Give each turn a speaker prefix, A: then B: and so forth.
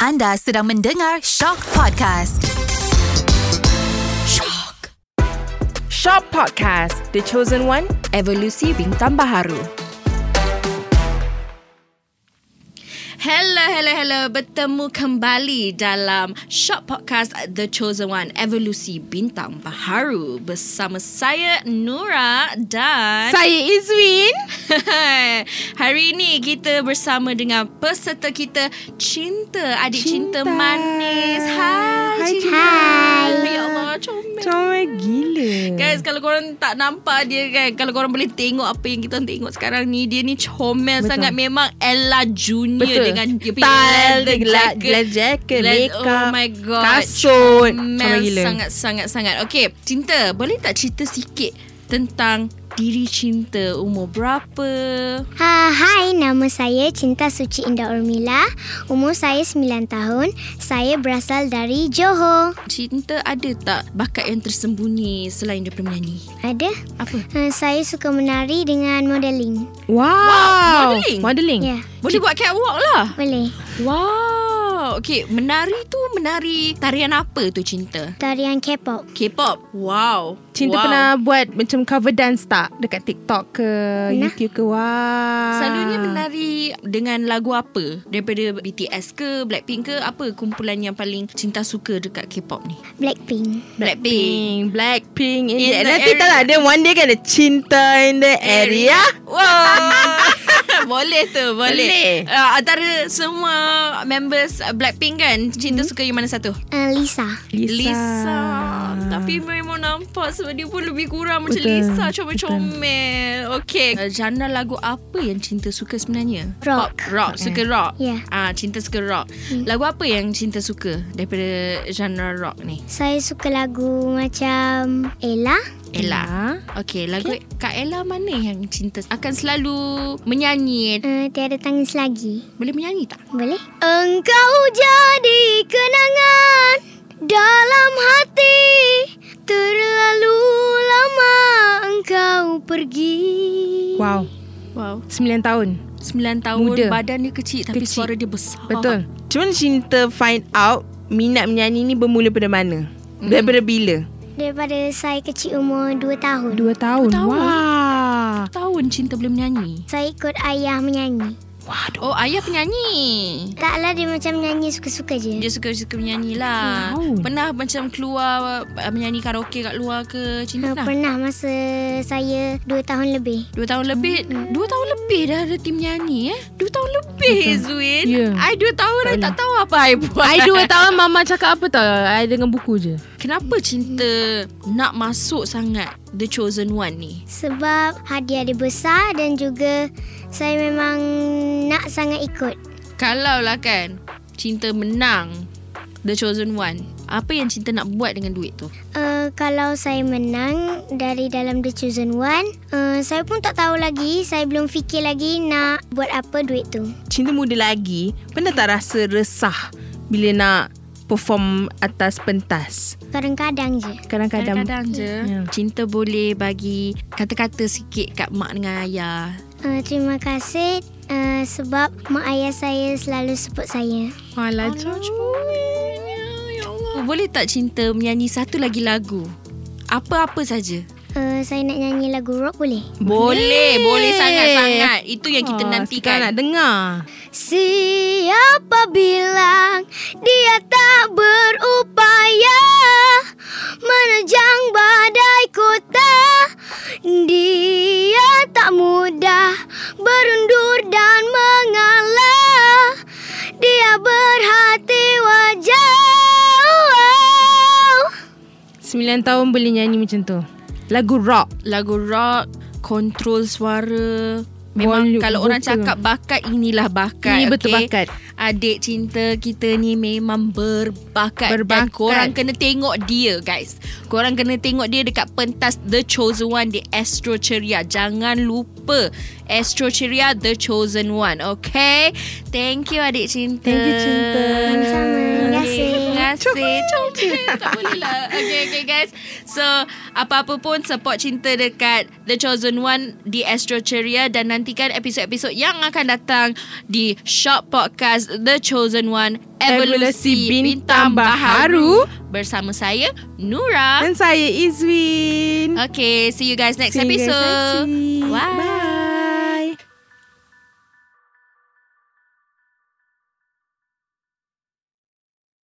A: Anda sedang mendengar Shock Podcast. Shock.
B: Shop Podcast, The Chosen One, Evolusi Bintang Baharu.
C: Hello, hello, hello. Bertemu kembali dalam Shop Podcast The Chosen One, Evolusi Bintang Baharu. Bersama saya, Nura dan...
B: Saya Izwin.
C: Hari ini kita bersama dengan peserta kita, Cinta. Adik Cinta,
B: Cinta.
C: Manis. Hai,
B: Hai,
C: Cinta.
B: Cinta.
C: Ya Allah, comel.
B: Comel gila.
C: Guys Kan, kalau korang tak nampak dia kan Kalau korang boleh tengok apa yang kita tengok sekarang ni Dia ni comel
B: Betul.
C: Betul. sangat Memang Ella Junior
B: Betul.
C: Dengan dia punya
B: Style,
C: leather
B: dia leather jacket,
C: Leather-
B: makeup,
C: Oh my god
B: kasut. Comel
C: Comel
B: gila.
C: sangat-sangat-sangat Okay Cinta boleh tak cerita sikit Tentang diri Cinta Umur berapa
D: Ha, hai, nama saya Cinta Suci Indah Urmila. Umur saya 9 tahun. Saya berasal dari Johor.
C: Cinta ada tak bakat yang tersembunyi Selain daripada menyanyi
D: Ada?
C: Apa?
D: Ha, saya suka menari dengan modelling.
B: Wow.
C: modelling.
B: Modeling.
D: Ya,
C: Boleh buat catwalk lah
D: boleh.
C: Wow. Okey, menari tu menari tarian apa tu cinta?
D: Tarian K-pop.
C: K-pop. Wow.
B: Cinta
C: wow.
B: pernah buat macam cover dance tak? Dekat TikTok ke,
D: Pernah.
B: YouTube ke? Wah.
C: Selalunya menari dengan lagu apa? Daripada BTS ke, Blackpink ke, apa kumpulan yang paling cinta suka dekat K-pop ni?
D: Blackpink.
B: Blackpink. Blackpink. In
C: In
B: the
C: the
B: nanti tak lah. Dia one day kan ada cinta in the area.
C: Wow. Eh, boleh tu, boleh.
B: Boleh.
C: Uh, antara semua members Blackpink kan, cinta hmm. suka yang mana satu?
D: Uh, Lisa.
C: Lisa. Tapi memang nampak sebab dia pun lebih kurang macam
B: Betul,
C: Lisa comel-comel. Okey, uh, genre lagu apa yang cinta suka sebenarnya?
D: Rock.
C: Pop, rock, Hmm. suka rock.
D: Ya.
C: Ah, cinta suka rock. Lagu apa yang cinta suka daripada genre rock ni?
D: Saya suka lagu macam Ella. Ha,
C: Ella. Okey, lagu Kak Ella mana yang cinta akan selalu menyanyi?
D: Uh, tiada tangis lagi.
C: Boleh menyanyi tak?
D: Boleh? Engkau jadi kenangan dalam hati Terlalu lama engkau pergi
B: Wow.
C: Wow.
B: 9 tahun.
C: 9 tahun
B: Muda.
C: badan dia kecil tapi
B: Kecil.
C: suara dia besar.
B: Betul. Macam mana cinta find out minat menyanyi ni bermula pada mana? Mm. Daripada bila?
D: Daripada saya kecil umur 2 tahun
B: Dua tahun.
C: Dua tahun.
B: Wah.
C: Tahun cinta boleh menyanyi.
D: Saya ikut ayah menyanyi
C: Waduh. Oh, ayah penyanyi.
D: Taklah dia macam menyanyi suka-suka je
C: Dia suka-suka menyanyi lah
B: Wow.
C: Pernah macam keluar uh, Menyanyi karaoke kat luar ke Cinta
D: Ha,
C: pernah?
D: Pernah masa saya 2 tahun lebih
C: Dua tahun lebih Dua tahun lebih dah ada tim nyanyi eh Dua tahun lebih Zuin
B: Ya.
C: I dua tahun I tak tahu apa I buat
B: I dua tahun mama cakap apa tau I dengan buku je
C: Kenapa cinta Nak masuk sangat The Chosen One ni
D: Sebab hadiah dia besar dan juga saya memang nak sangat ikut
C: Kalau lah kan Cinta menang The Chosen One Apa yang cinta nak buat dengan duit tu
D: Uh, kalau saya menang dari dalam The Chosen One, uh, saya pun tak tahu lagi, saya belum fikir lagi nak buat apa duit tu.
B: Cinta muda lagi Pernah tak rasa resah Bila nak perform atas pentas
D: Kadang-kadang je.
B: Kadang-kadang
C: Kadang-kadang je
B: Ya.
C: Cinta boleh bagi Kata-kata sikit Kat mak dengan ayah
D: Uh, terima kasih uh, sebab mak ayah saya selalu support saya.
B: Alah ya
C: Oh, Boleh tak cinta menyanyi satu lagi lagu? Apa-apa saja.
D: Uh, saya nak nyanyi lagu rock boleh?
C: Boleh, Oh, boleh sangat-sangat. Itu yang kita
B: Ah, Sekarang nak
C: nantikan.
B: dengar
D: Siapa bilang dia tak berupaya menerjang badai kota? Dia tak mudah berundur dan mengalah. Dia berhati wajah.
B: 9 tahun boleh nyanyi macam tu Lagu rock
C: Lagu rock, kontrol suara. Memang
B: Volume,
C: kalau orang
B: vokal.
C: cakap bakat inilah bakat.
B: Ini betul
C: okey?
B: bakat.
C: Adik cinta kita ni memang berbakat. Dan
B: Berbakat.
C: korang kena tengok dia guys. Korang kena tengok dia dekat pentas The Chosen One di Astro Ceria. Jangan lupa Astro Ceria The Chosen One. Okay? Thank you adik cinta.
B: Thank you cinta
D: Sama-sama. Terima
C: Okay,
D: kasih.
C: Terima kasih. Seh, comel. Tak boleh lah. Okay, okay guys. So, apa-apa pun support cinta dekat The Chosen One di Astro Ceria dan nantikan episod-episod yang akan datang di Shop Podcast The Chosen One Evolusi,
B: Evolusi
C: Bintang,
B: Bintang
C: Baharu bersama saya, Nura.
B: Dan saya Izwin.
C: Okay, see you guys next
B: See you guys
C: episode.
B: next week.
C: Bye.
B: Bye.